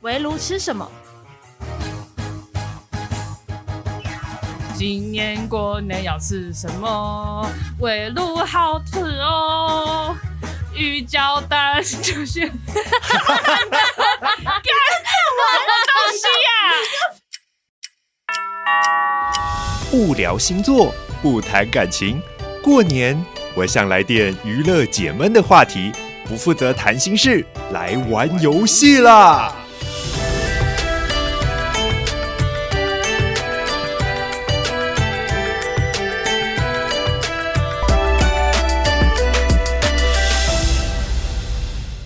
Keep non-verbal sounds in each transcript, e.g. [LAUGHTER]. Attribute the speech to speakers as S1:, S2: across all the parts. S1: 围炉吃什么？
S2: 今年过年要吃什么？围炉好吃哦，鱼胶蛋就是干什么东西呀、
S3: 不聊星座，不谈感情。过年，我想来点娱乐解闷的话题，不负责谈心事，来玩游戏啦！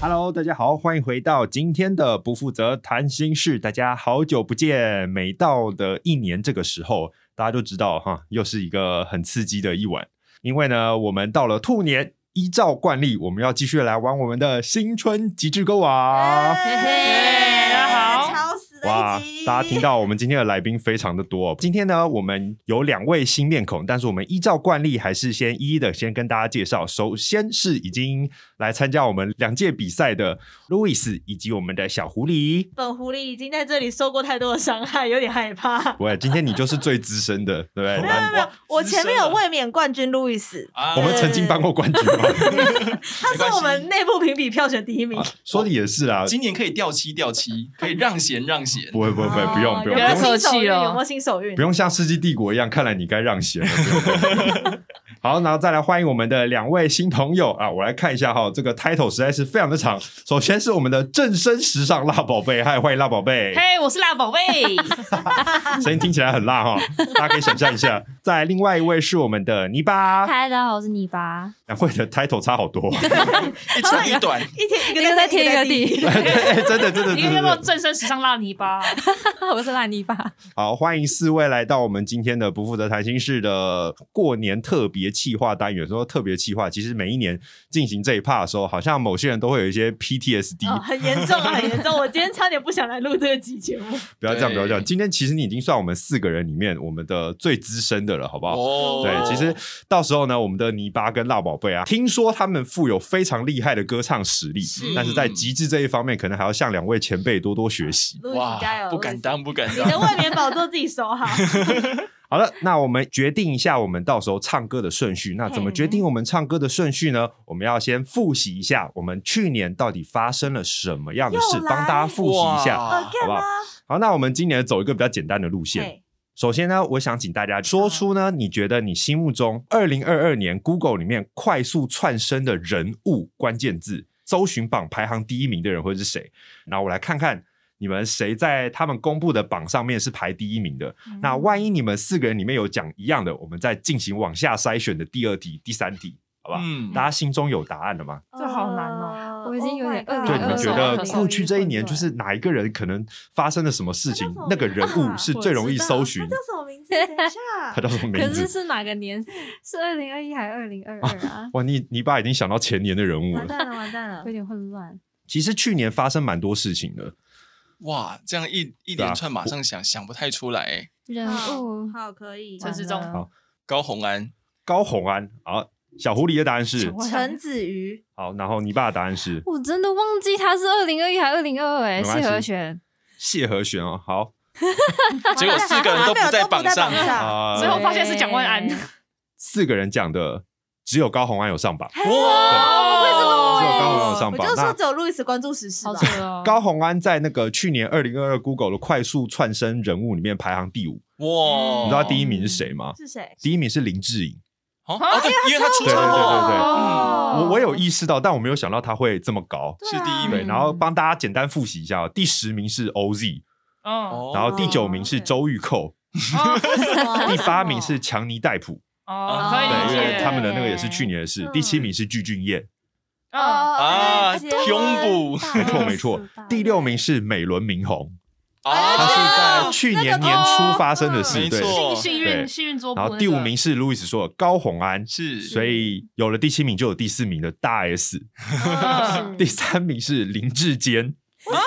S3: Hello，大家好，欢迎回到今天的不负责谈心事。大家好久不见，每到的一年这个时候，大家都知道哈，又是一个很刺激的一晚，因为呢，我们到了兔年。依照惯例，我们要继续来玩我们的新春极致勾啊！
S1: 嘿
S2: 嘿大家
S3: 哎
S2: 好
S4: 超死的
S3: 哇
S4: 一集，，
S3: 大家听到我们今天的来宾非常的多、哦。今 [LAUGHS] 天呢，我们有两位新面孔，但是我们依照惯例还是先一一的先跟大家介绍。首先是已经来参加我们两届比赛的 Louis 以及我们的小狐狸。
S1: 本狐狸已经在这里受过太多的伤害，有点害怕。
S3: 喂，今天你就是最资深的，对不对？
S4: 没有没有没有
S5: 哇，
S4: 我前面有卫冕冠军路易斯，
S5: 啊
S3: 我们曾经颁过冠军嘛，
S1: 他是我们内部评比票选第一名。
S3: 说的也是啊。
S5: 今年可以掉漆掉漆，可以让贤让贤
S3: 不。会不会不会，不用
S1: 哦
S3: 不
S1: 有没
S3: 用不
S1: 有
S2: 不
S3: 用
S2: 要
S1: 新手
S2: 客气
S1: 运？
S2: 哦
S1: 有没有新手运
S3: 不？用像《世纪帝国》一样，看来你该让贤了。好，然后再来欢迎我们的两位新朋友啊！我来看一下哈，这个 title 实在是非常的长。首先是我们的正身时尚辣宝贝，嗨，欢迎辣宝贝
S2: 嘿，我是辣宝贝，
S3: [LAUGHS] 声音听起来很辣哈，大家可以想象一下。再来另外一位是我们的泥巴，
S6: 嗨，大家好，我是泥巴。
S3: 两位的 title 差好
S2: [LAUGHS]
S3: 多。
S5: 一长
S3: [LAUGHS]
S5: 一短，
S4: 一天一
S6: 一个
S4: 个
S6: 在
S4: 在
S6: 天一个
S4: 地，
S6: [LAUGHS] 地，
S3: 对，哎真的真的
S2: 你
S3: 真
S2: 有
S3: 的真
S2: 没有
S3: 的。
S2: 正身时尚辣泥巴？
S6: 我是烂泥巴。
S3: 好，欢迎四位来到我们今天的不负责谈心事的过年特别企划单元。说特别企划，其实每一年进行这一趴的时候，好像某些人都会有一些 PTSD，、
S1: 哦，很严重，很严重！我今天差点不想来录这个集节
S3: [LAUGHS]
S1: 目。
S3: 不要这样，
S5: 对
S3: 不要这样。今天其实你已经算我们四个人里面我们的最资深的了，好不好？
S5: 哦
S3: 对，其实到时候呢，我们的泥巴跟辣宝贝啊，听说他们富有非常厉害的歌唱实力，但是在极致这一方面，可能还要向两位前辈多多学习。
S1: 路易斯加油！
S5: 不敢当，不敢
S1: 路易斯，你的
S5: 当。
S1: 卫冕宝座自己收好。
S3: 好了，那我们决定一下我们到时候唱歌的顺序。那怎么决定我们唱歌的顺序呢？我们要先复习一下我们去年到底发生了什么样的事
S4: 又，来
S3: 帮大家复习一下，
S1: 哦
S5: 哇
S4: Again
S3: 好不好？好，那我们今年走一个比较简单的路线。
S1: 嘿
S3: 首先呢，我想请大家说出呢，你觉得你心目中二零二二年 Google 里面快速窜升的人物关键字，搜寻榜排行第一名的人会是谁？然后我来看看你们谁在他们公布的榜上面是排第一名的。那万一你们四个人里面有讲一样的，我们再进行往下筛选的第二题、第三题，好吧？
S5: 嗯
S3: 大家心中有答案了吗？
S2: 这好难哦
S6: 我已经有点
S4: Oh my god
S3: 对，
S6: 2022
S3: 你们觉得
S6: 年
S3: 过去这一年就是哪一个人可能发生了什么事情，那个人物是最容易搜寻
S4: 他叫？什么名字？等一
S3: 他
S4: 下，
S3: 叫什么名
S6: 可
S3: 字
S6: 是？是哪个年？是二零二一还是二零二二啊？
S3: 哇，你你爸已经想到前年的人物
S1: 完
S3: 了。
S1: 蛋了，完蛋了
S4: 啊
S6: 有！点混乱。
S3: 其实去年发生蛮多事情的，
S5: 哇，这样一一
S3: 啊
S5: 连串，马上想想不太出来欸。
S6: 人物
S1: 好，可以。
S2: 陈世忠
S6: 完了
S3: 好
S5: 高红安，
S3: 高红安啊，小狐狸的答案是
S4: [LAUGHS] 陈子瑜，
S3: [LAUGHS] 好，然后你爸的答案是
S6: 我真的忘记他是二零二一还是二零二二，哎，
S3: 没关系
S6: 谢和弦。
S3: 谢和弦哦，好
S5: 结果四个人都不在榜
S4: 他
S5: 上
S4: 们有都不在榜上
S3: 啊、
S2: 最后发现是蒋万安。
S6: 对
S3: 四个人讲的只有高红安有上榜，
S2: 哇
S3: 只有高红安有上
S4: 我
S3: 榜
S4: 就。说
S3: 那
S4: 只有路易斯关注时事吧
S6: 好。扯哦。
S3: 高红安在那个去年二零二二 Google 的快速窜升人物里面排行第五，
S5: 哇，
S3: 嗯你知道第一名是谁
S4: 哦
S3: 吗？
S1: 是谁？
S3: 第一名是林志颖，
S5: 哦？哦，对，因为他出嗯
S3: 对对
S5: 车
S3: 对
S5: 祸，
S3: 对对，嗯
S6: 哦
S3: 我我有意识到，但我没有想到他会这么高。
S5: 是第一
S3: 对，
S5: 名。
S3: 然后帮大家简单复习一下哦，第十名是 OZ，
S2: 哦
S5: 哦
S3: 然后第九名是周玉蔻，
S2: 哦
S3: [LAUGHS] 第八名是强尼戴普，
S2: 哦，可以
S3: 对，因
S2: 理
S3: 为
S2: 解。
S3: 他们的那个也是去年的事。
S4: 嗯
S3: 第七名是具俊晔，
S4: 哦
S3: 哦
S2: 嗯，
S5: 啊胸部
S3: [LAUGHS] 没错没
S4: [LAUGHS]
S3: 错。
S4: 嗯
S3: 第六名是美轮明宏，
S5: 啊嗯
S3: 他是在去年年初发生的事，
S5: 没
S3: 对。
S5: 错，
S2: 幸幸
S3: 对
S2: 运幸运桌布
S3: 然
S2: 那个。
S3: 后第五名是路易斯说的高红安，
S5: 是
S3: 所以有了第七名就有第四名的大 S，
S2: 嗯
S3: 第三名是林志坚，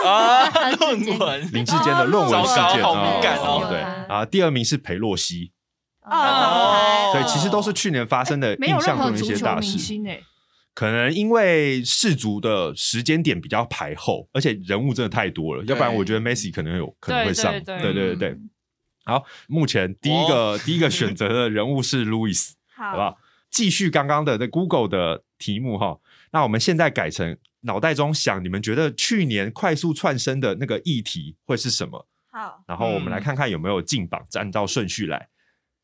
S5: 啊，论文
S3: 林志坚的论文事
S5: 糟
S3: 件
S5: 糕好
S3: 啊
S5: 敏感哦，
S3: 对。
S6: 有啦
S3: 然后第二名是裴洛西，
S4: 哦，
S3: 哦所以其实都是去年发生的
S2: 哎没有
S3: 印
S2: 任
S3: 象
S2: 何
S3: 中的一
S2: 足
S3: 些
S2: 球
S3: 大
S2: 明
S3: 事。
S2: 星哎，
S3: 可能因为氏族的时间点比较排后，而且人物真的太多了，要不然我觉得 Messi 可能有可能会上。
S2: 对对
S3: 对
S2: 对
S3: 对对好，目前第一个、第一个选择的人物是 Louis，好不
S4: 好，
S3: 好？继续刚刚的那 Google 的题目哈，那我们现在改成脑袋中想，你们觉得去年快速窜升的那个议题会是什么？
S4: 好，
S3: 然后我们来看看有没有进榜，按照顺序来。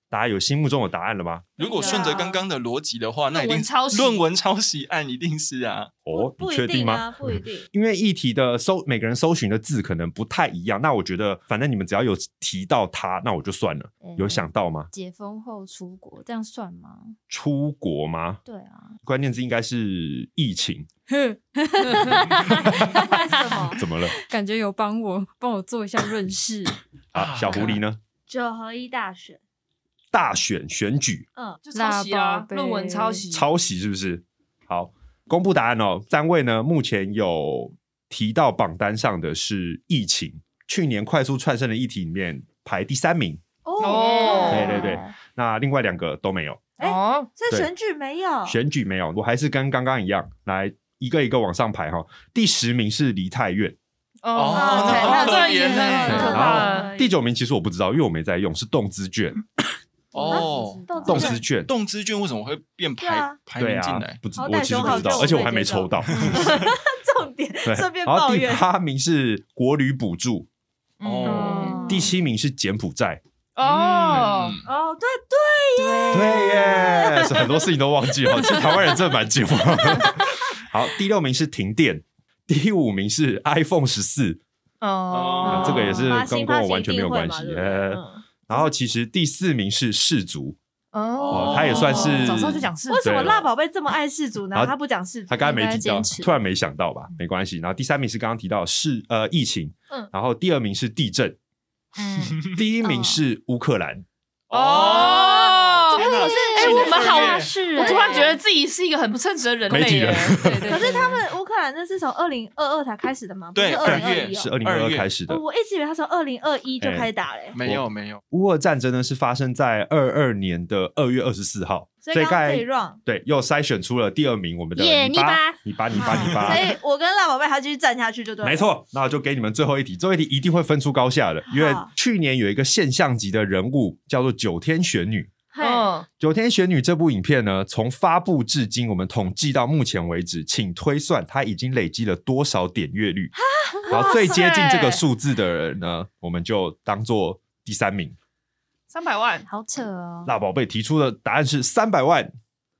S3: 大家有心目中有答案了吗？
S5: 如果顺着刚刚的逻辑的话，那一
S2: 论文
S5: 定
S2: 抄袭
S5: 论文抄袭案一定是啊，
S3: 哦，
S4: 不
S3: 你
S4: 一
S3: 确定
S4: 定
S3: 吗？
S4: 啊，不一
S3: [LAUGHS]
S4: 定。
S3: 因为议题的搜每个人搜寻的字可能不太一样，那我觉得反正你们只要有提到它，那我就算了。
S6: 嗯
S3: 有想到吗？
S6: 哎解封后出国，这样算吗？
S3: 出国吗？
S6: 对 [LAUGHS] 啊，
S3: 关键字应该是疫情，
S4: 为什么？
S3: 怎么了？
S6: 感觉有帮我帮我做一下润饰。 [LAUGHS]
S3: 啊，小狐狸呢？
S4: 九合一大选，
S3: 大选选举
S4: 嗯，
S2: 就抄袭
S6: 辣
S2: 啊
S6: 宝，贝
S2: 论文抄袭，
S3: 抄袭是不是？好，公布答案哦。三位呢，目前有提到榜单上的是疫情，去年快速窜升的议题里面排第三名。
S2: 哦
S3: 对对对，那另外两个都没有，
S4: 哎
S2: 哦，
S4: 所以
S3: 对
S4: 选举没有，
S3: 选举没有，我还是跟刚刚一样来一个一个往上排哈。第十名是梨泰院，
S2: 哦，
S5: 哦
S2: 那
S4: 那好
S2: 这
S4: 可
S2: 个也
S5: 怜
S2: 很
S5: 欸
S2: 可
S3: 对
S2: 怕
S4: 然
S2: 了。
S4: 后
S3: 第九名其实我不知道，因为我没在用，是动资券，
S5: 哦，
S6: 动
S3: 动
S4: 资
S3: 资券。
S5: [LAUGHS] 动资券为什么会变
S4: 对
S5: 排
S4: 啊
S5: 排
S3: 对
S5: 名进
S3: 啊
S5: 来，？
S3: 不知
S4: 好
S3: 我
S4: 歹
S3: 其实
S4: 熊
S3: 不
S4: 好
S3: 知道，
S4: 像
S3: 而且
S4: 我
S3: 我还
S4: 没
S3: 没
S4: 这
S3: 抽
S4: 种 [LAUGHS]
S3: 到。
S4: [LAUGHS] 重点
S3: 对，
S4: 顺便
S3: 然后
S4: 抱
S3: 第
S4: 怨。嗯
S3: 八名是国旅补助，
S2: 嗯
S5: 哦
S3: 第七名是柬埔寨。
S2: 哦，
S5: 嗯
S4: 哦，对
S3: 对耶，是很多事情都忘
S4: [LAUGHS]
S3: 记哦。其实台湾人真的蛮寂寞。 [LAUGHS] 好，第六名是停电，第五名是 iPhone 十四，
S2: 哦
S3: 啊，这个也是
S4: 哦发
S3: 跟
S4: 信
S3: 跟
S4: 发
S3: 我
S4: 信
S3: 完
S4: 一
S3: 全没
S4: 定
S3: 有
S4: 会
S3: 关
S4: 嘛
S3: 系
S4: 对不对
S3: 呃
S4: 嗯
S3: [LAUGHS] 然后其实第四名是氏族，
S2: 哦
S3: 哦，他也算是
S2: 早上就讲是
S4: 为什么
S3: 对啊
S4: 辣宝贝这么爱世族呢
S3: 然？后
S4: 他不讲世族
S3: 他，刚才没
S6: 应该
S3: 提到
S6: 坚，持
S3: 突然没想到
S4: 嗯
S3: 吧，没关系。然后第三名是刚刚提到是呃疫情，
S6: 嗯
S3: 然后第二名是地
S4: [LAUGHS]
S3: 震，
S2: [LAUGHS] 嗯
S3: 第一名
S6: 哦
S3: 是乌克兰，
S2: 哦，
S5: 天哪
S2: 哎我们好
S5: 耶
S6: 是
S2: 我突然觉得自己是一个很不称职的人
S3: 媒
S2: 类
S3: 体
S2: 耶
S3: 人。
S2: 对对
S4: [LAUGHS] 可是他们乌克兰那是从二零二二才开始的吗？不
S5: 对
S4: 是二
S5: 二
S4: 零二一
S5: 月
S3: 是
S4: 哦
S3: 二零二
S5: 二
S3: 二
S5: 月
S3: 开始的
S4: 哦。。我一直以为他从二零二一就
S3: 哎
S4: 开始打嘞，
S5: 没有没有，
S3: 乌俄战争呢是发生在二二年的二月二十四号，
S4: 所以刚
S3: 大
S4: 刚
S3: 概
S4: 这一 round。
S3: 对又筛选出了第二名，我们的
S6: 耶
S3: 泥巴
S6: 泥，
S3: 泥巴，泥
S4: [LAUGHS]
S3: 巴，泥
S4: 所
S3: 巴。
S4: 以我跟辣宝贝还要继续站下去就对
S3: 啊
S4: 了。
S3: 没，错，那我就给你们最后一题，最后一题一定会分出高下的，因为
S4: 好
S3: 去年有一个现象级的人物叫做九天玄女，
S2: 嗯，
S3: 《九天玄女》这部影片呢，从发布至今，我们统计到目前为止，请推算它已经累积了多少点阅率。然后最接近这个数字的人呢，我们就当做第三名。
S2: 三百万，
S6: 好扯哦。
S3: 辣宝贝提出的答案是三百万，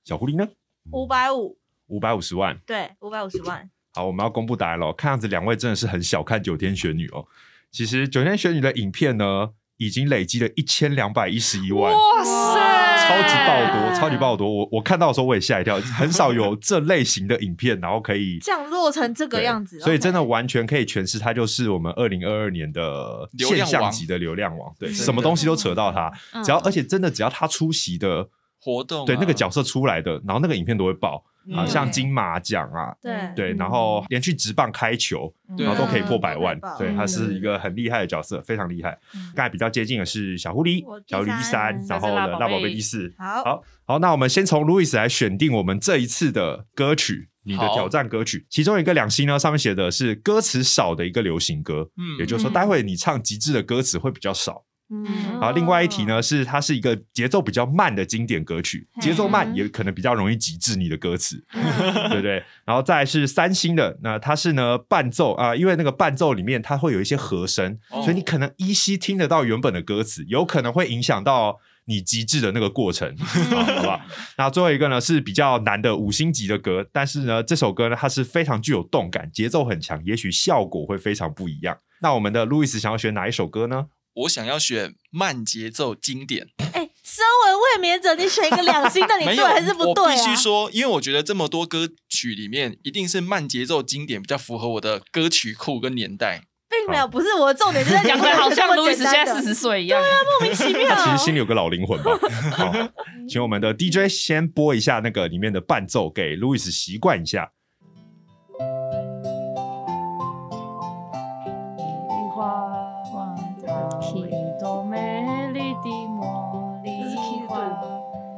S3: 小狐狸呢？
S4: 五百五，
S3: 五百五十万。
S4: 对，五百五十万。
S3: 好，我们要公布答案了。看样子两位真的是很小看《九天玄女》哦。其实《九天玄女》的影片呢，已经累积了一千两百一十一万。
S2: 哇塞，
S3: 超级爆多，
S5: 啊
S3: 超级爆多！我我看到的时候我也吓一跳，很少有这类型的影片，然后可以
S4: 降落成这个
S3: 对
S4: 样子，
S3: 所以真的完全可以诠释它就是我们二零二二年的
S5: 流
S3: 现
S5: 量王
S3: 象级的流量王，对，
S5: 真的
S3: 什么东西都扯到它，
S6: 嗯
S3: 只要而且真的只要他出席的，
S5: 活动啊
S3: 对那个角色出来的，然后那个影片都会爆啊，
S5: 嗯
S3: 像金马奖啊。
S4: 对
S3: 对，
S6: 嗯
S3: 然后连续直棒开球，
S5: 对
S3: 然后都可以破
S4: 嗯
S3: 百万
S4: 都可以爆，
S3: 对，他是
S6: 嗯
S3: 一个很厉害的角色，非常厉害。
S6: 嗯
S3: 刚才比较接近的是小狐狸
S4: 我，第
S3: 小狐狸第
S4: 三
S3: 三，
S2: 再
S3: 然
S2: 是
S3: 后
S2: 辣
S3: 呢
S2: 宝
S3: 辣宝
S2: 贝
S3: 贝第四，
S4: 好，
S3: 好好，那我们先从 Louis 来选定我们这一次的歌曲，你的
S5: 好
S3: 挑战歌曲。其中一个两星呢，上面写的是歌词少的一个流行歌，
S5: 嗯
S3: 也就是说，
S6: 嗯
S3: 待会你唱极致的歌词会比较少。
S2: 哦
S6: 嗯
S3: 然后另外一题呢，是它是一个节奏比较慢的经典歌曲，节奏慢
S6: 嗯
S3: 也可能比较容易极致你的歌词，对不对？然后再来是三星的，那它是呢伴奏啊、因为那个伴奏里面它会有一些和声，
S5: 哦
S3: 所以你可能依稀听得到原本的歌词，有可能会影响到你极致的那个过程，好好不好？那最后一个呢是比较难的五星级的歌，但是呢这首歌呢它是非常具有动感，节奏很强，也许效果会非常不一样。那我们的路易斯想要选哪一首歌呢？
S5: 我想要选慢节奏经典，
S4: 哎，身为卫冕者，你选一个两星的，你
S5: 没
S4: 对
S5: 有
S4: 还是不对
S5: 我必
S4: 啊
S5: 须？说，因为我觉得这么多歌曲里面，一定是慢节奏经典比较符合我的歌曲库跟年代。
S4: 并没有，不是我的重点
S2: [LAUGHS]
S4: 就在
S2: 讲的好像路
S4: 路
S2: 易
S4: 易
S2: 斯
S4: 斯
S2: 现在四十岁一样。
S4: 莫名
S3: [LAUGHS]
S4: 其
S3: 他其
S4: 妙哦
S3: 实。心里有个老灵魂
S4: [LAUGHS]
S3: 吧。好，请我们的 DJ 先播一下那个里面的伴奏给 Louis 习惯一下。
S2: 一花万桃一朵美丽的茉莉花，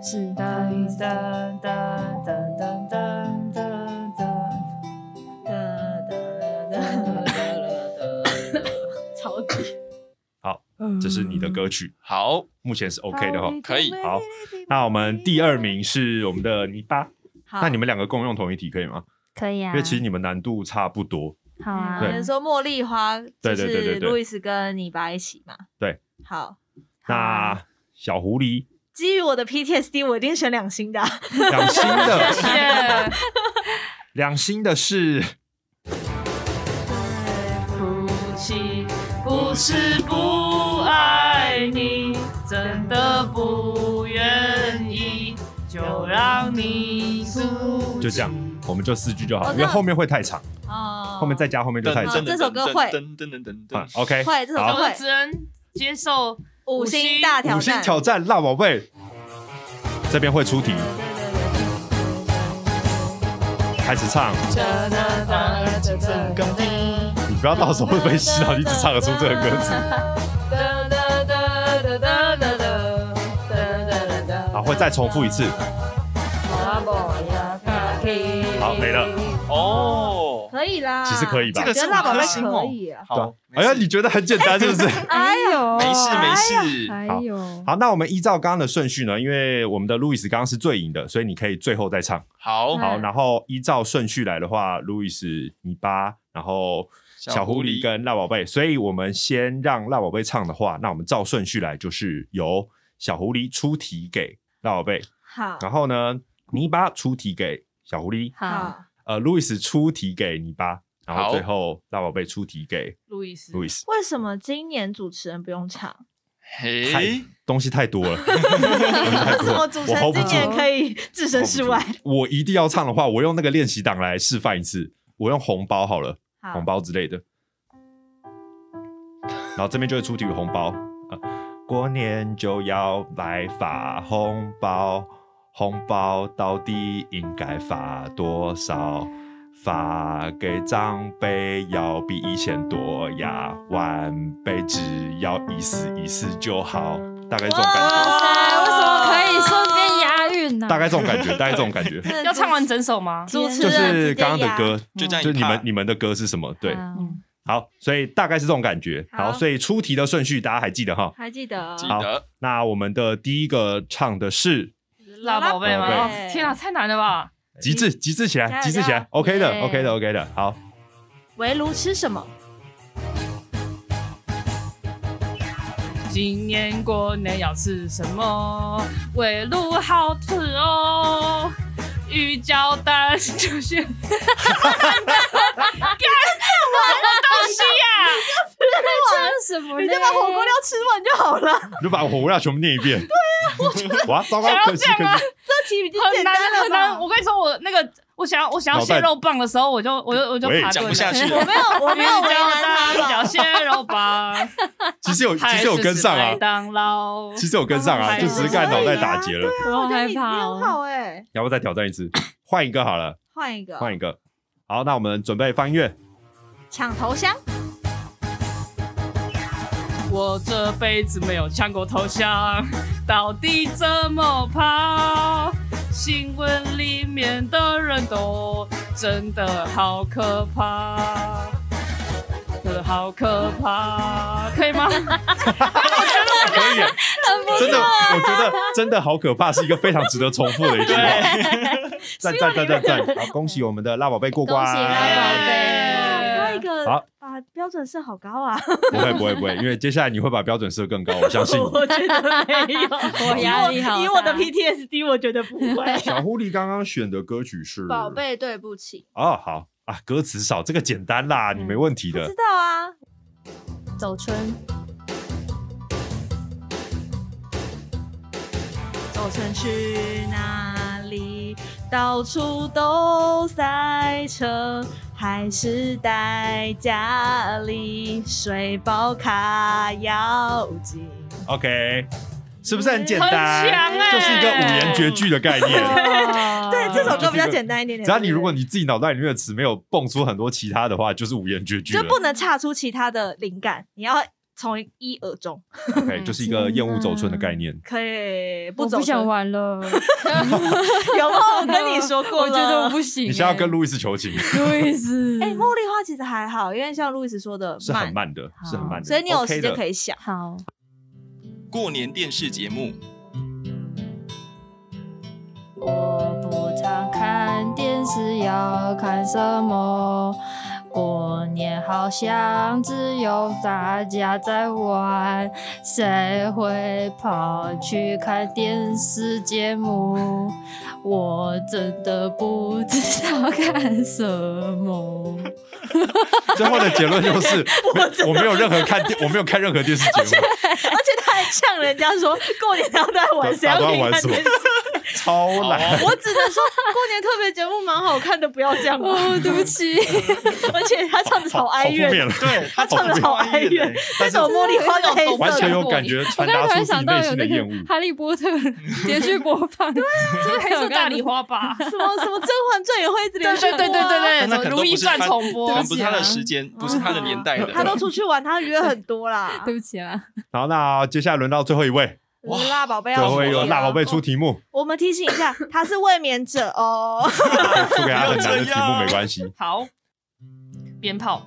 S6: 是
S2: 噔噔噔噔噔噔噔
S4: [LAUGHS]
S6: 嗯
S3: 这是你的歌曲，
S4: 嗯
S5: 好，
S3: 目前是 OK 的哈。
S5: 可以
S3: 好，那我们第二名是我们的泥巴，
S4: 好
S3: 那你们两个共用同一题可以吗？
S6: 可以啊，
S3: 因为其实你们难度差不多。
S6: 好啊，
S4: 我们说茉莉花，就
S3: 对对对对
S4: 是
S3: 对
S4: 路易斯跟你爸一起嘛。
S3: 对，
S4: 好，
S3: 那小狐狸
S4: [LAUGHS] 基于我的 PTSD，我一定选两星的啊。
S3: 两星
S2: 谢
S3: 的，
S2: 谢。
S3: 两星的是
S2: 不起，不是不爱你，真的不愿意，就让你输。
S3: 就这样，我们就四句就好，
S4: 哦
S3: 因
S4: 这
S3: 为
S4: 样
S3: 后面会太长，
S4: 哦
S3: 后面再加后面就太
S4: 好
S3: 长
S4: 真。的这首歌会
S5: 噔噔噔噔
S3: 啊
S5: 噔，
S3: OK，
S4: 会这首
S2: 我
S4: 歌
S3: 好
S2: 们
S4: 会
S2: 只能接受
S4: 五星大挑
S3: 五星
S4: 战。
S3: 挑战辣宝贝，这边会出题，开始唱， [LAUGHS] 你不要到时候会被洗脑，你只唱得出这个歌词。好，会再重复一次。好，没了。
S5: 哦，
S4: 可以啦，
S3: 其实可以吧
S5: 啊这个
S4: 觉
S5: 是
S4: 得辣宝贝
S5: 五颗星
S4: 可
S5: 哦
S4: 以啊。
S3: 对啊
S5: 好，，
S3: 哎呀，你觉得很简单是不 [LAUGHS] 是？
S6: 哎呦，
S3: 啊
S5: 没事没事，
S6: 哎
S3: 好
S6: 呦，
S3: 好，那我们依照刚刚的顺序呢，因为我们的路易斯刚刚是最赢的，所以你可以最后再唱。
S5: 好
S6: 嗯
S3: 好，然后依照顺序来的话，路易斯、泥巴，然后小
S5: 小狐
S3: 狐狸
S5: 狸
S3: 跟辣宝贝，所以我们先让辣宝贝唱的话，那我们照顺序来，就是由小狐狸出题给辣宝贝，
S4: 好，
S3: 然后呢，泥巴出题给小狐狸，
S6: 好，
S4: 好，
S3: 呃，路易斯出题给泥巴，然后
S5: 好
S3: 最后辣宝贝出题给
S2: 路易
S4: 嗯
S2: 斯
S3: 路易斯。
S4: 为什么今年主持人不用唱？
S5: 嘿，
S3: 东西太多
S4: [LAUGHS]
S3: 了，
S4: 为什么主持
S3: 我 hold
S4: 人
S3: 不
S4: 今
S3: 住
S4: 年可以置身事外？
S3: 我一定要唱的话，我用那个练习档来示范一次。我用红包好了，
S4: 好
S3: 红，包之类的。然后这边就会出题红包、呃过年就要来发红包，红包到底应该发多少？发给长辈要比以前多呀，晚辈只要意思意思就好，大概这种感觉，
S4: 哇塞
S6: 啊为什么可以顺便押韵呢？啊
S3: 大概这种感觉，大概这种感
S4: [LAUGHS]
S3: 觉。
S4: 真
S2: [LAUGHS]
S4: 的
S2: 要唱完整首吗？
S4: 主持
S3: 就
S4: 人
S3: 是
S4: 直接
S3: 刚刚的
S4: 压
S3: 歌，
S5: 就这样一
S3: 就是你们
S5: 趴
S3: 你们的歌是什么？对，
S6: 嗯
S3: 好，所以大概是这种感觉。好，
S4: 好
S3: 所以出题的顺序大家还记得哈？
S4: 还记得啊
S5: 记
S3: 好
S5: 得
S3: 那我们的第一个唱的是
S2: 辣宝贝吗？
S3: 辣
S4: 宝贝
S2: 哦天啊，太难了吧！
S3: 极致，极致起
S4: 加
S3: 来，
S4: 油
S3: 极致起
S4: 加
S3: 来
S4: 油
S3: ，OK 的
S6: 耶
S3: ，OK 的，OK 的。好，
S4: 围炉吃什么？
S2: 今年过年要吃什么？围炉好吃哦，鱼胶蛋就是。 [LAUGHS] 干什么东西啊呀、
S6: 这什么？
S4: 你就把火锅料吃完就好了。
S3: 你就把火锅料全部念一遍。对啊， [LAUGHS] 哇，糟糕
S2: 想，要
S3: 可惜
S2: 这样
S3: 可
S2: 吗
S3: 惜，
S4: [LAUGHS] 这题已
S2: [LAUGHS]
S4: 经
S2: 很
S4: 简
S2: 难
S4: 单了
S2: 很难。
S4: 吧
S2: 我跟你说，我那个我想要我想要
S3: 脑袋
S2: 蟹肉棒的时候，我就我就我就
S3: 喂
S2: 爬
S5: 讲
S2: 顿
S5: 不下
S2: 了。
S5: 去
S2: [LAUGHS]
S4: 我没有， [LAUGHS] 我没有为难他
S6: [LAUGHS]
S2: 鱼
S4: 了
S2: 饺。蟹肉棒，
S3: 其实有 [LAUGHS] 其
S2: 还
S3: 实有
S2: 是
S3: 跟上
S2: 麦
S3: 啊，
S2: 当劳。
S3: 其实有跟上啊，
S2: 还
S3: 就是只是刚才脑袋打
S4: 可以啊
S3: 结了。
S4: 我
S6: 好
S4: 觉得
S6: 害
S4: 你
S6: 怕
S4: 很
S6: 哦！
S4: 好哎，
S3: 要不再挑战一次？换一个好了，
S4: 换一个，
S3: 换一个。好，那我们准备放音乐。
S4: 抢头香。
S2: 我这辈子没有抢过头香，到底怎么跑？新闻里面的人都真的好可怕，真的好可怕，可以吗？
S3: 可以耶，真的，我觉得真的好可怕，是一个非常值得重复的一句话。 [LAUGHS] 赞赞赞赞赞！ [LAUGHS] 好，恭喜我们的辣宝贝过关。
S6: 恭喜辣宝贝
S4: 换一个，
S3: 好
S4: 把标准设好高啊！ [LAUGHS]
S3: 不会不会不会，因为接下来你会把标准设更高，我相信你。
S1: 我觉得没
S4: [LAUGHS]
S1: 有，
S6: 我压力好大
S1: 以我的 PTSD，我觉得不会。
S3: [LAUGHS] 小狐狸刚刚选的歌曲是《
S4: 宝贝，对不起，
S3: 哦，好啊，歌词少，这个简单啦，你没问题
S4: 不知
S3: 的。
S4: 道啊。
S6: 走春，
S4: 走城去哪里，到处都塞车，还是待家里，水保卡要紧。
S3: OK，是不是很
S2: [LAUGHS]
S3: 简
S2: 很
S3: 单？
S2: 强哎、
S3: 就是一个五言绝句的概念。
S4: 对，这首
S3: 就是一
S4: 歌
S3: 个
S4: 比较简单一点点。
S3: 只要你如果你自己脑袋里面的词没有蹦出很多其他的话，就是五言绝句
S4: 就
S3: 了。
S4: 不能岔出其他的灵感，你要从一而终，
S3: OK，就是一个厌恶走春的概念。
S4: 可以不
S6: 我
S4: 走
S6: 不想
S4: 神。
S6: 玩
S4: [LAUGHS]
S6: 了，
S4: 有没有我跟你说过
S6: [LAUGHS] 我
S4: 了？
S6: 觉得我不行欸。
S3: 你先要跟路易斯求情，
S6: 路易斯，
S4: 哎，茉莉花其实还好，因为像路易斯说的
S3: 是很慢的，是很慢的，
S4: 所以你有时
S3: OK
S4: 间
S3: 的
S4: 可以想。
S6: 好，
S5: 过年电视节目，
S6: 我不常看电视，要看什么？过年好像只有大家在玩，谁会跑去看电视节目？我真的不知道看什么。
S3: 最后的结论就是，我没有任何看电，我没有看任何电视节目，
S1: 而且他还呛人家说过年大家都在玩，谁要
S3: 大家都在
S1: 给你
S3: 玩
S1: 看
S3: 什么
S1: 电视？
S3: 超
S5: 哦
S3: 懒。
S1: 我只能说过年特别节目蛮好看的，不要这样吧。
S2: [LAUGHS]
S6: 哦，对不起，
S1: 而且他唱的
S3: 好
S1: 超哀
S3: 好负
S1: 怨，
S3: 面了，
S5: 对
S1: 他唱的
S3: 好
S1: 超哀怨，那首《茉莉花的黑色的
S3: 完全有
S1: 梦
S3: 感觉
S6: 我
S3: 传
S6: 刚
S3: 达
S6: 才
S3: 出
S6: 突然
S3: 自己
S6: 想到
S3: 内
S6: 有
S3: 心的
S6: 那
S3: 厌
S6: 个
S3: 恶。
S6: 《哈利波特》连续播放，对啊，这
S2: 黑色大礼花吧？
S1: 什么什么《甄嬛传》也会一直连
S2: [LAUGHS] 对
S1: 续
S2: 对对对
S1: 播啊
S2: 对
S5: 但那
S2: 对，什
S5: 可能
S2: 么
S5: 都
S2: 如懿
S5: 不是他
S2: 传重
S5: 可
S2: 播，
S5: 能不是他的时间，不嗯 [LAUGHS] 是他的年代
S3: [LAUGHS]
S5: 的。
S1: 他都出去玩，他约很多
S2: [LAUGHS]
S1: 啦。
S6: 对不起啦，
S3: 好，那接下来轮到最后一位，
S5: 哇
S1: 辣宝贝
S4: 哎
S3: 最
S1: 要
S3: 后
S1: 出
S3: 一位
S1: 去
S3: 由
S1: 了
S3: 辣
S4: 啊
S3: 宝贝出题目，
S1: 我们提醒一下，他是卫冕者
S3: [LAUGHS]
S1: 哦。
S3: 输给他很难的题
S5: 不要这
S3: 目
S5: 样
S3: 没关系。
S2: 好，鞭
S5: [LAUGHS]
S2: 炮，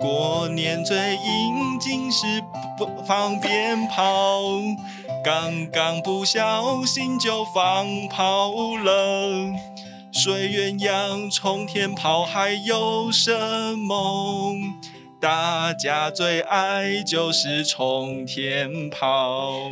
S5: 过年最应景是不放鞭炮，刚刚不小心就放跑了。水鸳鸯、冲天炮还有什么？大家最爱就是冲天哦炮。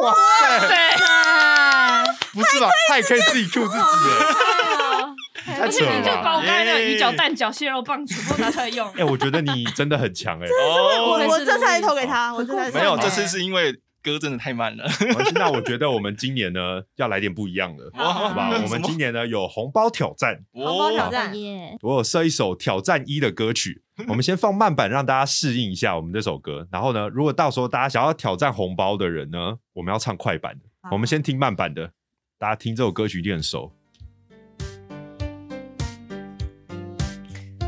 S3: 哇塞，
S2: 对，
S3: 不是吧？他也可以自己 Q 自己耶，太
S2: 而
S3: 扯
S2: 且你就
S3: 了吧。，
S2: 把我刚才那个鱼饺、蛋饺、蟹肉棒全部拿出来用
S3: 哎，我觉得你真的很强哎。
S5: 哦
S1: 我这才投给
S2: 哦
S1: 他，我这才投给他
S5: 没有，这次是因为歌真的太慢了。
S3: 没关系那我觉得我们今年呢要来点不一样的，
S5: 哇，
S3: 好
S5: [LAUGHS]
S3: 吧？我们今年呢有红包挑战，
S1: 红包挑
S5: 哦
S1: 战，
S6: 耶，
S3: 我有设一首挑战一的歌曲，我们先放慢版让大家适应一下我们这首歌。然后呢，如果到时候大家想要挑战红包的人呢，我们要唱快版的。我们先听慢版的，大家听这首歌曲一定很熟。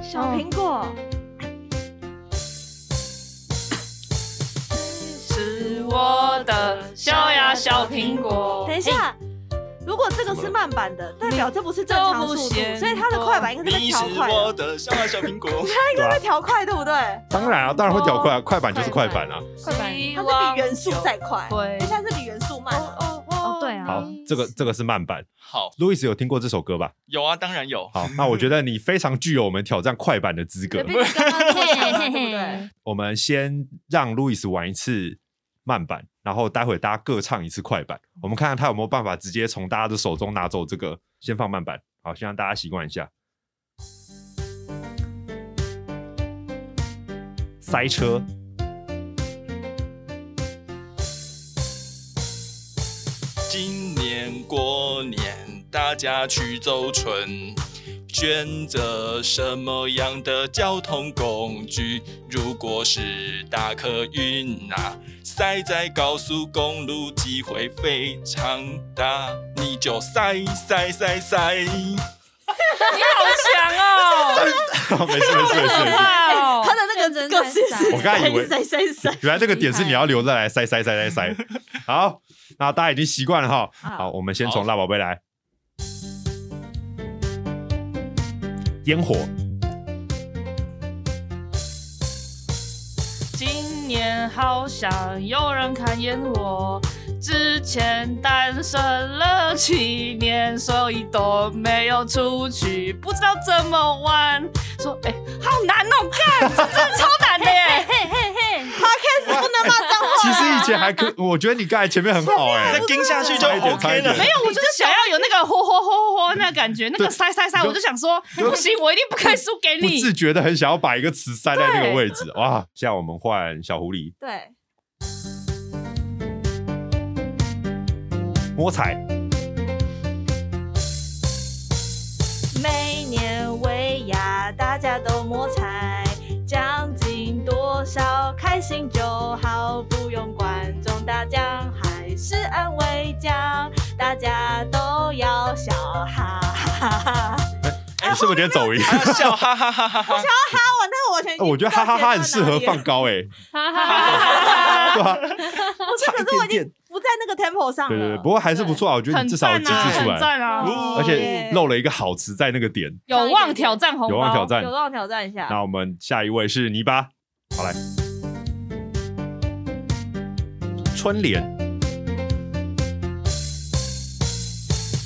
S1: 小
S6: 哦
S1: 苹果，
S2: [LAUGHS] 是我的小呀小苹果
S1: 等，一下。
S2: 哎
S1: 如果这个是慢版的，代表这不是正常速
S2: 都不
S1: 度，
S2: 嫌
S1: 所以他的快板应该是被
S5: 你是
S1: 调
S4: 啊
S1: 快的，
S5: 我的小小苹果。
S1: 他应该被调快，对不对？
S3: 当然啊，当然会挑快、啊，快版就是快版啊。
S6: 快板
S1: 它是比元素再快，
S2: 对
S1: 因为现在是比元素慢。
S2: 哦
S6: 哦对啊
S3: 好，这个这个是慢版。
S5: 好，
S3: 路易斯有听过这首歌吧？
S5: 有啊，当然有。
S3: 好，那我觉得你非常具有我们挑战快版的资格
S1: 随。便你刚刚那个讲的对不对？
S3: 我们先让路易斯玩一次慢版，然后待会大家各唱一次快板，我们看看他有没有办法直接从大家的手中拿走这个。先放慢版，好，先让大家习惯一下。塞车， [LAUGHS]
S5: 今年过年大家去走春，选择什么样的交通工具？如果是大客运啊，塞在高速公路机会非常大，你就塞塞塞塞。
S2: 好强哦，
S3: 没事没事没事
S2: 可
S3: 没
S2: [LAUGHS]
S3: 事，
S2: 怕哦
S1: 他，的那个歌词是
S3: 我刚才以为
S1: 塞塞塞
S4: [LAUGHS]
S1: 塞
S3: 原来这个点是你要留着来塞塞塞塞塞。好，那大家已经习惯了哈。好，我们先从
S5: 好
S3: 辣宝贝来，烟火。
S2: 今年好想有人看烟火，之前单身了七年，所以都没有出去，不知道怎么玩。说，哎、好难哦，干，这真的超难的
S3: [LAUGHS]
S2: 耶！
S6: 嘿嘿嘿，
S1: 不能骂脏话。
S3: 其实以前还可，我觉得你刚才前面很好哎、
S5: 再跟下去就
S3: 差一点差
S5: OK
S3: 一点
S5: 了。
S2: 没有，我就是想要有那个嚯嚯嚯嚯那感觉，
S3: [LAUGHS]
S2: 那个塞塞塞，我就想说，不行，我一定不可以输给
S3: 啊不
S2: 你。
S3: 自觉的很想要把一个词塞在那个位置。哇，现在我们换小狐狸
S1: [LAUGHS] 对，
S3: 摸彩，
S4: 每年尾牙大家都摸彩，奖金多少开心就好，不用管中大奖还是安慰奖，大家都要笑哈哈
S1: [LAUGHS]
S4: 哈。
S3: 你是不是有点走音？
S5: 他啊笑，哈哈哈哈哈！
S1: 啊，我那个我全
S3: 哦我觉得哈哈哈很适合放
S1: 歌，
S3: 高哎、
S6: 哈哈哈哈，
S3: 对吧、
S1: 可是我已经不在那个 tempo 上了。
S3: 对对对，不过还是不错啊，我觉
S2: [LAUGHS]
S3: 得
S2: 很
S3: 你至少有
S2: 赞
S3: 机
S2: 啊，
S3: 制出
S2: 很
S3: 来，
S2: 赞啊！
S5: 哦
S3: 而且漏了一个好词在那个点，
S2: 有望挑战红包，
S3: 有望挑战
S1: 有。让我挑战一下。
S3: 那我们下一位是泥巴，好来，春联。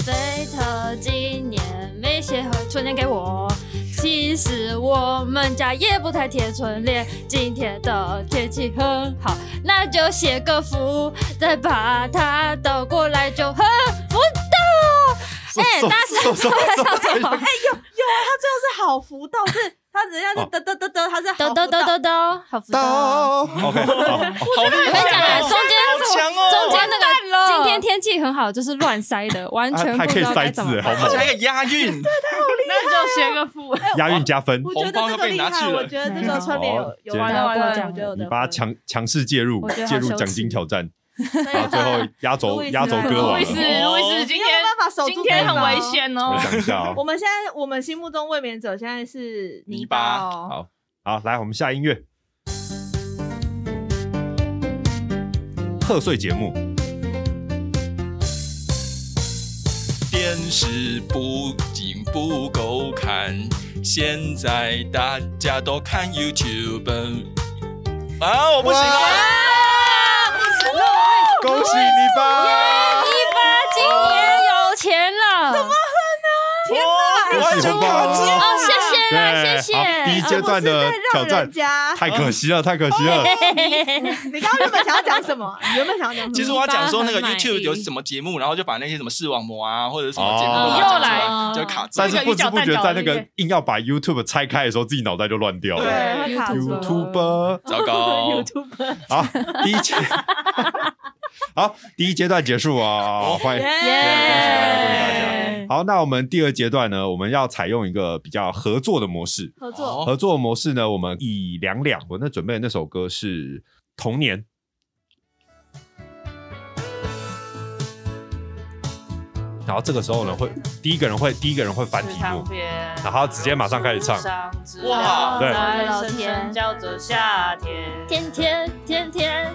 S6: 飞特今年没写好春联给我。其实我们家也不太贴春联，今天的天气很好，那就写个福，再把它倒过来就很福到。哎
S3: 嗖
S6: 大
S3: 嗖嗖嗖嗖嗖嗖
S4: 啊他最后是好福到，是他人
S3: 哦
S4: 家是得得得得，他是好
S6: 哆哆
S4: 福
S6: 哆
S4: 到。
S6: 哆哆，好福到。
S3: 到，OK，好
S5: 好厉
S6: 我跟你讲
S5: 害
S6: 啊，
S5: 哦，
S6: 中间
S5: 好强哦，
S6: 中间那个今天天气很好，就是乱塞的，完全
S3: 啊
S6: 不
S3: 还可
S6: 知
S3: 以
S6: 道该
S3: 塞
S6: 怎
S3: 字，
S6: 么
S3: 好
S6: 办。
S5: 而且
S3: 猛，
S5: 还有押韵，
S2: 那就写个福。
S3: [LAUGHS] 押韵加分。
S4: 哎我觉
S5: 红
S4: 得
S5: 包
S4: 这
S5: 都
S4: 个
S5: 被
S4: 厉
S5: 你拿去
S4: 害，
S5: 了
S4: 我觉得这个春联
S3: 好
S4: 有有
S3: 完
S4: 拿
S6: 了
S4: 过
S6: 完了
S4: 奖我觉得有
S3: 你
S4: 得
S3: 把它强强势介入
S6: 我觉，得
S3: 介
S6: 好
S3: 入
S6: 羞
S3: 奖金
S6: 耻
S3: 挑战，
S4: 分
S3: 然后最后压轴
S4: 路易斯
S3: 压轴歌王
S2: 路易
S3: 了。
S2: 斯，
S5: 哦
S2: 路易斯今
S4: [LAUGHS] 你有没
S2: 天
S4: 有办法守住
S2: 今天很
S4: 背包
S2: 危。险
S3: 我
S2: 哦。
S3: 想一下哦
S4: 我，们现在我们心目中卫冕者现在是
S5: 泥
S4: 泥
S5: 巴
S4: 巴哦。
S3: 好，来我们下音乐。贺岁节目，
S5: 电视不仅不够看，现在大家都看 YouTube。啊，我不行了，
S3: 恭喜你吧！
S6: 今年有钱了，
S5: 我完全卡住。
S6: 哦，谢谢啦，
S3: 对，
S6: 谢谢。
S3: 好第一阶段的挑
S4: 让
S3: 战
S4: 人，家，
S3: 太可惜了，太可惜了。
S4: [LAUGHS] 你刚刚原本想要讲什么？你原本想要讲什么？
S5: 其实我要讲说那个
S6: 泥巴很满
S5: YouTube
S6: 意
S5: 有什么节目，然后就把那些什么视网膜啊或者什么节目
S3: 哦
S5: 把它讲出
S6: 又来
S5: 就卡住。
S3: 但是不知不觉在那
S2: 那个鱼饺蛋饺
S3: 个
S2: 对
S3: 硬要把 YouTube 拆开的时候，自己脑袋就乱掉了。
S4: 对会卡住
S3: YouTube，
S5: 糟
S4: [LAUGHS]
S5: 糕，
S3: 好，第一阶， [LAUGHS] 好，第一阶段结束啊，欢迎。
S6: 哦耶！
S3: 好，那我们第二阶段呢，我们要采用一个比较合作的模式。
S4: 合
S5: 哦
S4: 作，
S3: 合作模式呢，我们以两两，我那准备的那首歌是《童年》。然后这个时候呢，会第一个人会第一个人会翻题目，
S2: 边
S3: 然后直接马上开始唱。
S5: 哇
S3: 对
S6: 老天
S2: 叫着夏天，
S6: 天天天天，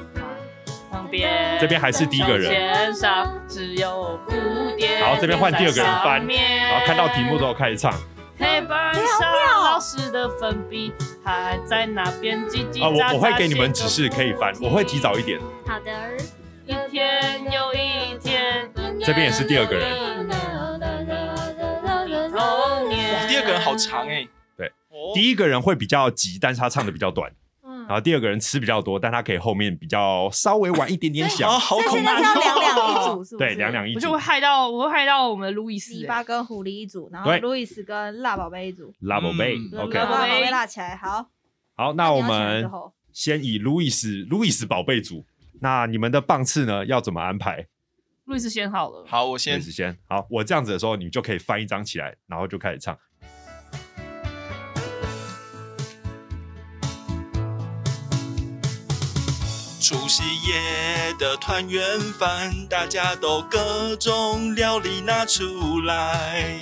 S2: 旁边
S3: 这边还是第一个人，
S2: 天上只有蝴蝶。
S3: 好这边换第二个人翻然
S2: 然
S3: 后看到题目之后开始唱。
S2: 黑板上老师的粉笔还在那边叽叽
S3: 啊，
S2: 喳喳。
S3: 我我会给你们指示，可以翻，我会提早一点。
S4: 哦
S6: 好的。
S2: 一天又一天，
S3: 这边也是第二个人
S2: 童年。
S5: 第二个人好长哎。
S3: 对
S5: 哦，
S3: 第一个人会比较急，但是他唱的比较短。
S4: 嗯
S3: 然，后第二个人吃比较多，但他可以后面比较稍微晚一点点
S5: 啊，
S3: 想。
S5: 好
S4: 那
S5: 恐
S4: 现在
S5: 怖
S4: 是要两两一组，是不是？
S3: 对，两两一
S2: 我
S3: 组
S2: 就会。害到，我会害到我们路易斯
S4: 泥
S2: 欸。
S4: 巴跟狐狸一组，然后
S3: 对
S4: 路易斯跟辣宝贝一组，
S3: Love
S5: 嗯
S3: Bay。OK，
S4: 辣宝贝辣起来，好。
S3: 好，那我
S4: 你要起来之
S3: 们
S4: 后
S3: 先以路易斯路易斯宝贝组，那你们的棒次呢要怎么安排？
S2: 路易斯先好了。
S5: 好，我
S3: 先
S5: 先
S3: 子先。好，我这样子的时候，你们就可以翻一张起来，然后就开始唱。
S5: 除夕夜的团圆饭，大家都各种料理拿出来。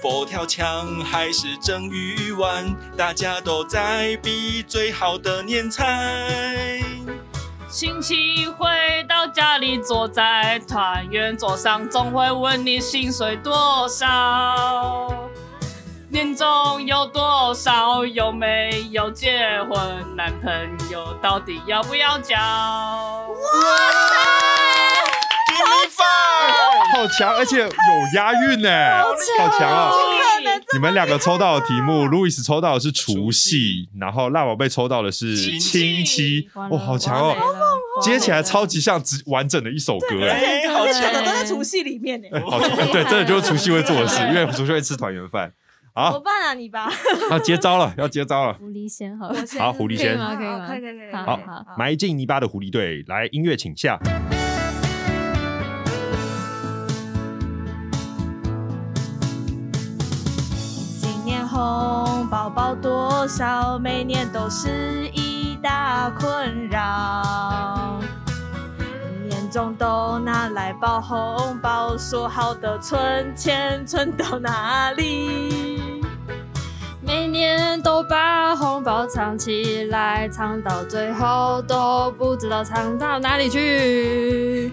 S5: 佛跳墙还是蒸鱼丸，大家都在比最好的年菜。
S2: 星期回到家里，坐在团圆桌上，总会问你薪水多少，年终有多少，有没有结婚，男朋友到底要不要交？
S5: Give me five！
S3: 好强，而且有押韵呢，好强啊！
S4: 不可能
S3: 你们两个抽到的题目，路易斯抽到的是除夕，然后辣宝贝抽到的是
S5: 亲
S3: 亲
S2: 戚
S3: 戚，
S6: 完
S3: 哇，
S6: 了
S3: 好强哦！！接起来超级像只完整的一首歌哎，
S5: 哎，
S4: [LAUGHS]
S5: 好
S4: 这
S5: 强
S4: 整！个都在除夕里面呢，
S3: 哎好强！对，真的就是除夕会做的事，因为除夕会吃团圆饭。
S4: 怎么
S3: [LAUGHS] 好，
S4: 办啊？你吧，
S3: 要接招了，要接招了。
S6: 狐狸先好，
S3: 好，狐狸
S6: 可以
S3: 先，
S6: 吗？可以
S4: 好
S6: 吗？
S4: 可以可以可以
S6: 好
S4: 可以
S3: 好，埋进泥巴的狐狸队，来音乐请下。
S4: 今年红包包多少，每年都是一大困扰。年终都拿来包红包，说好的存钱存到哪里？
S6: 每年都把红包藏起来，藏到最后都不知道藏到哪里去。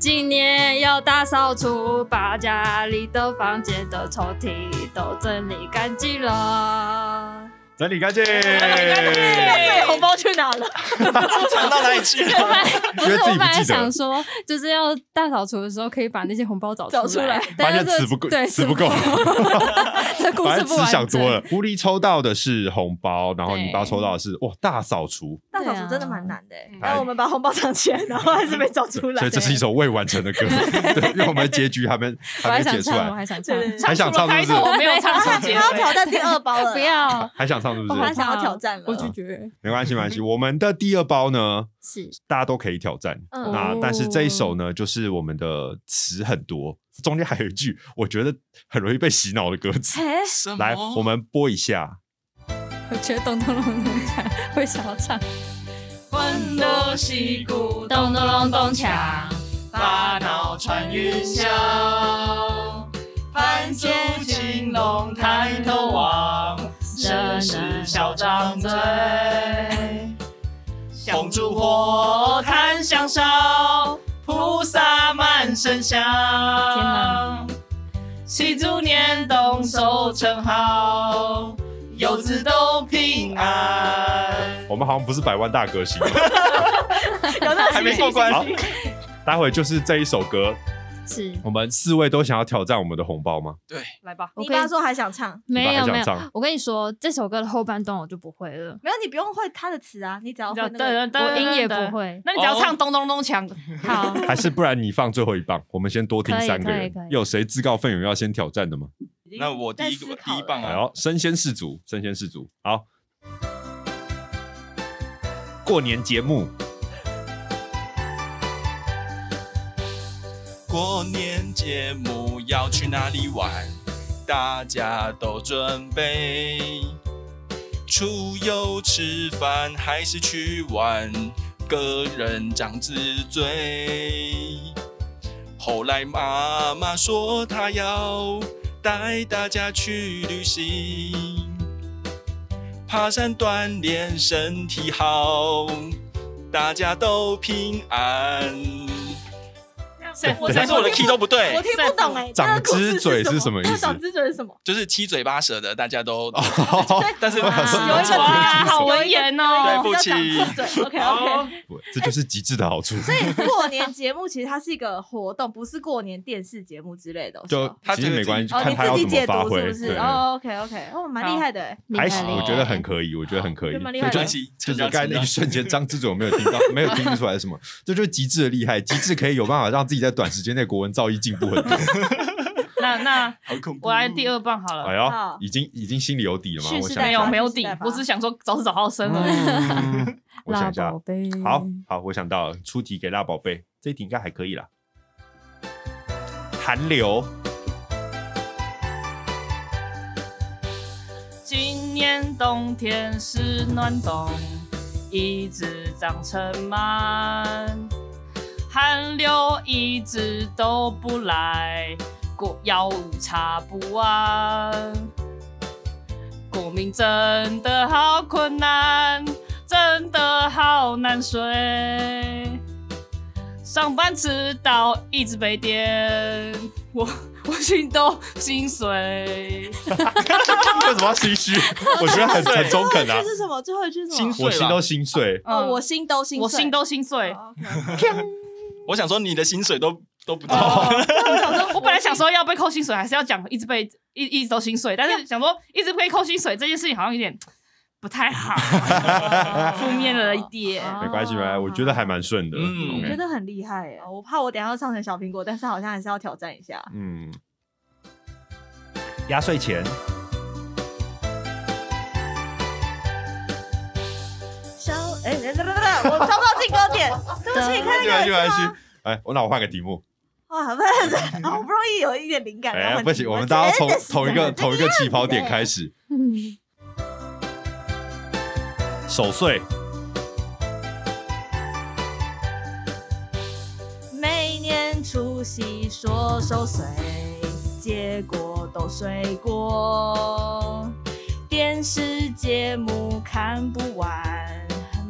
S6: 今年要大扫除，把家里的房间的抽屉都整理干净了。
S3: 整理干净，
S1: 所以红包去哪了？
S4: 啊
S5: 藏到哪里去
S6: 我本
S5: 了？
S6: 来不
S3: 觉
S6: 是，
S3: 得自
S6: 我
S3: 己不
S6: 本来
S3: 记 [LAUGHS] 得
S6: 想说， [LAUGHS] 就是要大扫除的时候可以把那些红包找
S1: 找出来
S6: 来，
S3: 发现
S6: 但是
S3: 词不够
S6: 对，
S3: 词不够
S6: [LAUGHS]
S3: [LAUGHS]
S6: 这故
S3: 反
S6: 事
S3: 正
S6: 不
S3: 只
S6: 完
S3: 想多
S6: 整
S3: 了。。狐狸抽到的是红包，然后
S6: 对
S3: 你爸抽到的是哇大扫除，
S4: 大扫
S6: 对啊
S4: 除真的蛮难的欸，
S3: 哎
S4: 然后我们把红包藏起来，然后还是没找出来
S3: 所以。这是一首未完成的歌， [LAUGHS] 对，因为我们结局还没
S6: [LAUGHS] 我
S3: 还
S6: 还
S3: 没
S6: 想
S3: 解出
S6: 唱，我
S3: 来，
S6: 还想唱
S1: 对，对对
S3: 还想唱是不
S2: 我
S3: 是？
S2: 没有唱出
S4: 他
S2: 结
S4: 他要
S2: 尾。
S4: 挑战第二包了，
S6: 不，要，
S3: 还想唱是不
S4: 他
S3: 是？
S4: 想要挑战了。
S6: 我拒绝。
S3: 没关系，没关系。我们的第二包呢，
S6: 是
S3: 大家都可以挑战。
S4: 嗯
S3: 那但是这一首
S6: 哦
S3: 呢，就是我们的词很多，中间还有一句我觉得很容易被洗脑的歌词。
S4: 哎，
S5: 什么？
S3: 来，我们播一下。
S6: 我觉得咚咚咚咚锵会想要唱，
S2: 欢乐戏骨
S6: 咚咚咚咚锵，
S2: 大脑穿云霄，泛舟青龙抬头望，
S6: 真
S2: 世事笑张嘴。
S5: 红烛
S2: 火
S5: 火
S2: 炭香烧，菩萨满身香
S6: 哪。
S2: 祈祝年冬收成好，游子都平安。
S3: 我们好像不是百万大歌
S4: [LAUGHS]
S3: 星，
S1: 有那
S5: [LAUGHS] 还没过关，
S3: 好待会就是这一首歌，
S6: 是
S3: 我们四位都想要挑战我们的红包吗？
S5: 对，
S2: 来吧，
S4: 你
S6: 可以
S4: 刚刚说还想唱，
S6: 没有
S3: 你
S6: 没
S3: 本来想
S6: 有
S3: 唱，
S6: 我跟你说，这首歌的后半段我就不会了，
S4: 没有，你不用会他的词啊，你只要会那个。
S6: 我
S2: 我
S6: 音也不。会。
S2: 那你只要唱咚咚咚 [LAUGHS]
S5: 哦
S2: 锵，
S6: 好，
S3: 还是不然你放最后一棒，我们先多听
S6: 可以
S3: 三个
S6: 可以
S3: 人
S6: 可。以
S3: 有谁自告奋勇要先挑战的吗？
S5: 那我第
S1: 在
S5: 一
S1: 思
S5: 个
S1: 考了
S5: 第一棒
S3: 哎
S5: 啊，
S3: 呦，身先士卒，身先士卒。好，过年节
S4: [LAUGHS]
S3: 目
S5: 过年节目要去哪里玩？大家都准备出游吃饭还是去玩？个人长之最。后来妈妈说她要带大家去旅行，爬山锻炼身体好，大家都平安。
S2: 我
S5: 但是我的 key 都不对
S4: 我，听不懂哎，
S3: 长之嘴
S4: 是
S3: 是什么意
S1: 那
S3: 思？
S1: 长之嘴是什么？
S5: 就是七嘴八舌的，大家都 [LAUGHS]
S4: 但
S5: 是
S4: 有一个
S5: 哇
S4: 词
S2: 哇，好文
S5: [LAUGHS]
S2: 言
S5: 对
S2: 哦！
S5: 不起
S1: 嘴，OK
S4: [LAUGHS]
S1: OK，
S3: 不这就是极致的好处。
S4: 所以过年节目其实它是一个活动，不是过年电视节目之类的。
S3: 就
S5: 他
S3: 其实
S5: 觉得
S3: 没关系，
S5: 自己
S4: 哦，
S3: 看
S4: 你
S3: 他要
S4: 自己
S3: 怎么
S4: 解
S3: 发
S4: 读
S3: 挥。
S4: 是不是？
S3: 对，
S4: 哦，OK OK，哦，蛮厉害的欸，
S6: 厉害
S3: 还行，
S6: 厉害
S3: 我觉得很可以，我觉得很可以
S4: 对。蛮厉
S5: 没
S4: 害的
S5: 关。系，
S3: 就是
S5: 成
S3: 刚才
S5: 长
S3: 那一瞬
S5: [LAUGHS]
S3: 间，张之嘴我没有听到，没有听出来是什么，这就是极致的厉害，极致可以有办法让自己在短时间内国文造诣进步很多。
S2: 那那
S5: [LAUGHS] 好恐怖。哦
S2: 我来第二棒好
S3: 哎
S2: 了。
S3: 呀
S4: 好，
S3: 已经已经心里有底了吗？
S4: 蓄
S3: 我
S4: 势
S3: 想
S4: 待
S2: 没
S3: 一
S2: 有
S3: 下
S2: 哎没有底
S4: 是的，吧
S2: 我只想说早死早好生而已。
S3: 嗯 [LAUGHS] 我想
S6: 辣
S3: 一下
S6: 宝，贝， [LAUGHS]
S3: 好
S4: 嗯
S3: 好，我想到了，出题给辣宝贝，这一题应该还可以啦。寒流， [LAUGHS]
S2: 今年冬天是暖冬，一直长成满，寒流一直都不来，国药物查不完，国民真的好困难，真的好难睡。上班迟到，一直被电，我 [LAUGHS] 我心都心碎。
S3: 为什么要心虚？我觉得很很中肯啊
S4: 这，是什么？最后一句是什
S5: 心
S4: 么？
S5: 碎
S3: 我心都心碎。
S4: 哦，
S2: 嗯
S4: 我心都心碎，
S2: 我心都心碎。
S4: 哦，OK，OK。
S3: [LAUGHS]
S5: 我想说你的薪水都都不到，
S2: 哦我本来想说要被扣薪水，还是要讲一直被一一直都薪水，但是想说一直被扣薪水这件事情好像有点不太好，负面了一点。
S4: 哦
S3: 没关系，没关系，我觉得还蛮顺的。
S5: 嗯
S4: 我觉
S3: OK
S4: 得很厉害耶！我怕我等一下要唱成小苹果，但是好像还是要挑战一下。
S3: 嗯，压岁钱，
S4: 小哎，等等等等，我找不到进歌点，对不
S3: 没
S4: 起，看
S3: 关
S4: 那
S3: 系，没
S4: 个
S3: 关系。哎，我那我换个题目。
S4: 哇，好不是，好不容易有一点灵感，然后
S3: 哎，
S4: 很
S3: 不行，
S4: 紧
S3: 我们
S4: 张
S3: 大家从
S4: 真的是
S3: 同一个
S4: 这
S3: 同一个起跑点开始。
S6: 嗯，
S3: 守岁，
S4: 每年除夕说收水，结果都水过。电视节目看不完，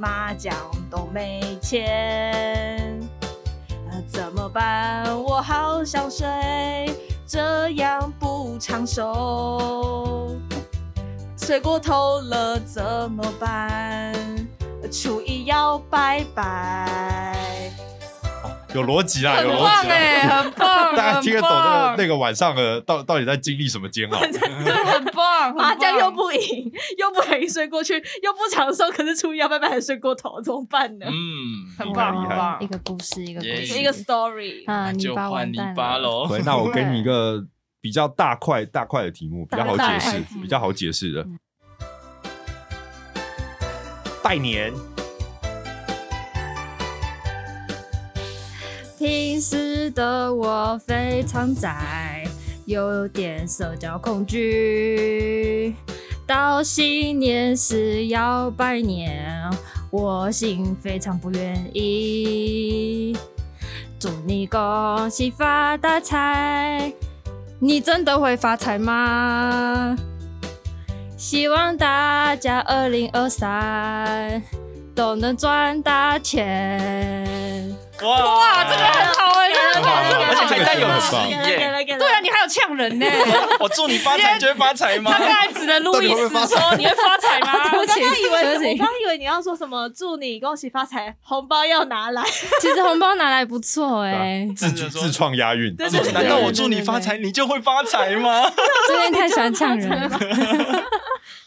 S4: 麻将都没钱，呃怎么办？我好想睡，这样不长寿。睡过头了怎么办？初一要拜拜。
S3: 有逻辑啦，有
S2: 很
S3: 逻
S2: 棒
S3: 辑
S2: 哎、
S3: 啦。
S2: 很棒，
S3: 大家听得懂
S2: 很
S3: 那
S2: 棒
S3: 个那个晚上的到到底在经历什么煎熬？
S2: 对，很棒，
S1: 麻
S2: 很棒
S1: 将啊又不赢， [LAUGHS] 又不小心睡过去，又不长寿，可是初一要拜拜还睡过头，怎么办呢？
S5: 嗯，
S2: 很棒，很
S3: 厉害厉害
S2: 棒
S6: 一。个故事，一个故
S5: 耶
S6: 事，
S1: 一个 story，
S6: 啊，
S5: 那
S6: 泥
S5: 就
S6: 巴
S5: 换
S6: 完
S5: 泥
S6: 蛋
S5: 巴
S6: 了。
S5: 喽。
S3: 对，那我哎给你一个比较大块大块的题目，比较好解
S6: 大
S3: 释
S6: 块，
S3: 比较好解释的。拜年，
S6: 平时的我非常宅，有点社交恐惧。到新年时要拜年，我心非常不愿意。祝你恭喜发大财，你真的会发财吗？希望大家二零二三都能赚大钱。
S5: 哇，
S2: 这个很好哎、这个很好，这个
S5: 而
S2: 很
S5: 且
S2: 好。
S5: 还带有
S3: 很棒
S1: 给
S5: 急耶！
S1: 了给了，
S2: 对啊，你还有呛人呢、
S5: 我祝你发财，觉得发财吗
S2: 他？刚才指着路易斯说：“你会发财吗？”
S1: 我刚刚以为
S6: 对不
S1: 是，我
S6: 起
S1: 刚刚以为你要说什么，祝你恭喜发财，红包要拿来。
S6: 其实红包拿来不错哎、
S3: 自主自 [LAUGHS] 创押韵，
S1: 对
S3: 自主
S1: 对
S3: 押
S5: 难
S3: 韵
S5: 道我祝你发财，你就会发
S3: [LAUGHS]
S5: 财吗？
S6: 最近太喜欢呛人了。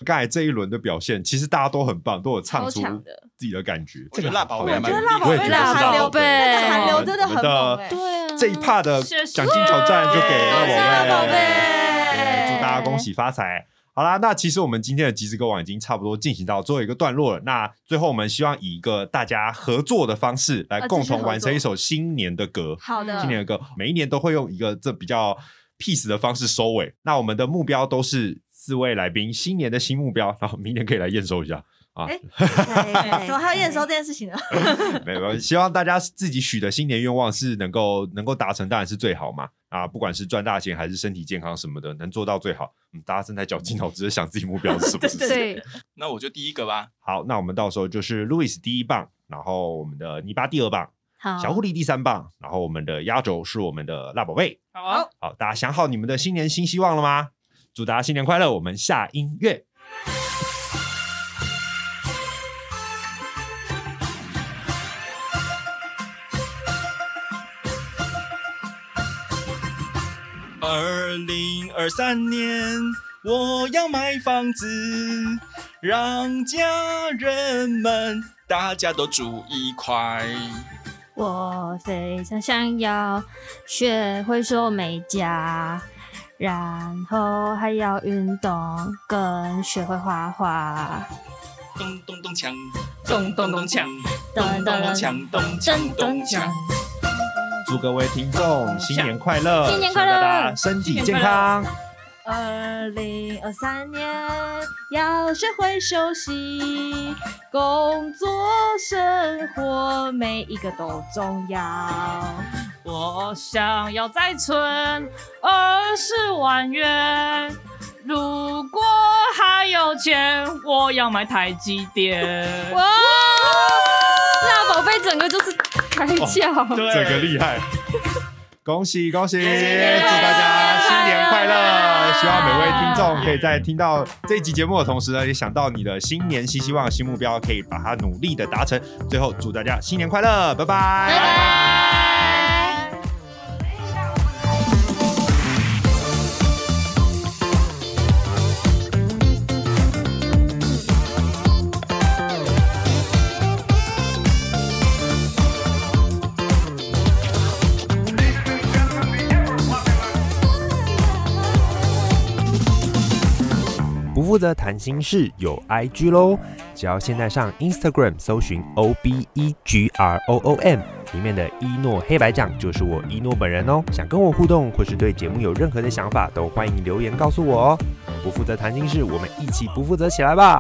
S3: 刚才这一轮的表现，其实大家都很棒，都有唱
S1: 超
S3: 出
S1: 强的
S3: 自己的感觉。
S5: 我觉得辣宝贝还
S3: 我
S5: 蛮
S3: 觉
S5: 有
S3: 得
S5: 力的，
S3: 我也觉得
S1: 辣宝
S3: 是辣
S1: 贝
S3: 宝贝。
S1: 那个韩流真的
S3: 我们
S1: 很
S3: 的
S1: 猛哎，
S6: 对啊，
S3: 这一趴的
S2: 谢谢
S3: 奖金挑战就给
S2: 谢谢
S3: 了
S2: 辣宝
S3: 我们，
S2: 贝
S3: 对祝大家恭喜发财。好啦，那其实我们今天的即时歌王已经差不多进行到最后一个段落了。那最后我们希望以一个大家合作的方式来
S1: 呃
S3: 共
S1: 继续
S3: 同
S1: 合
S3: 完成
S1: 作
S3: 一首新年的歌。
S1: 好的
S3: 今，年的歌，每一年都会用一个这比较 peace 的方式收尾。那我们的目标都是四位来宾新年的新目标，然后明年可以来验收一下。
S1: 怎么还有验收这件事情呢？
S3: 没有，希望大家自己许的新年愿望是能够能够达成，当然是最好嘛。啊，不管是赚大钱还是身体健康什么的，能做到最好。嗯，大家正在绞尽脑汁地想自己目标是什么。是不是
S6: [LAUGHS] 对，
S5: 那我就第一个吧。
S3: 好，那我们到时候就是 Louis 第一棒，然后我们的泥巴第二棒，
S6: 好，
S3: 小狐狸第三棒，然后我们的压轴是我们的辣宝贝。
S2: 好，
S3: 好，大家想好你们的新年新希望了吗？祝大家新年快乐！我们下音乐。
S5: 二零二三年，我要买房子，让家人们大家都住一块。
S6: 我非常想要学会说美甲，然后还要运动，跟学会画画。
S5: 咚咚咚锵，
S2: 咚咚咚锵，
S5: 咚咚咚锵，咚锵咚锵。
S3: 祝各位听众新年快乐，
S6: 新年快乐
S3: 希望大家身体健康。
S4: 二零二三年要学会休息，工作生活每一个都重要。
S2: 我想要再存二十万元，如果还有钱，我要买台积电。
S6: 哇，那宝贝整个就是开窍。
S3: [LAUGHS]
S5: 对
S3: 这个厉害，恭喜恭喜！祝大家新年快乐！希望每位听众可以在听到这集节目的同时呢，也想到你的新年新希望、新目标，可以把它努力的达成。最后，祝大家新年快乐，拜拜。拜拜不负责谈心事有 IG 喽，只要现在上 Instagram 搜寻 O B E G R O O M 里面的一诺黑白奖就是我一诺本人哦。想跟我互动或是对节目有任何的想法，都欢迎留言告诉我哦。不负责谈心事，我们一起不负责起来吧。